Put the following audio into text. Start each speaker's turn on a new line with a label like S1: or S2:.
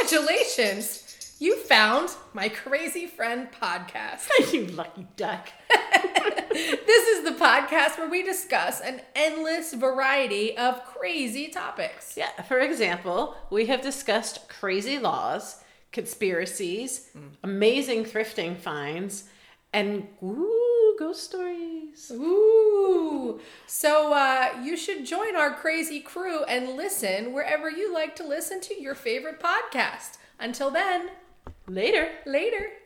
S1: Congratulations! You found my crazy friend podcast.
S2: you lucky duck.
S1: this is the podcast where we discuss an endless variety of crazy topics.
S2: Yeah, for example, we have discussed crazy laws, conspiracies, amazing thrifting finds, and ooh, ghost stories.
S1: Ooh. So uh, you should join our crazy crew and listen wherever you like to listen to your favorite podcast. Until then,
S2: Later.
S1: later.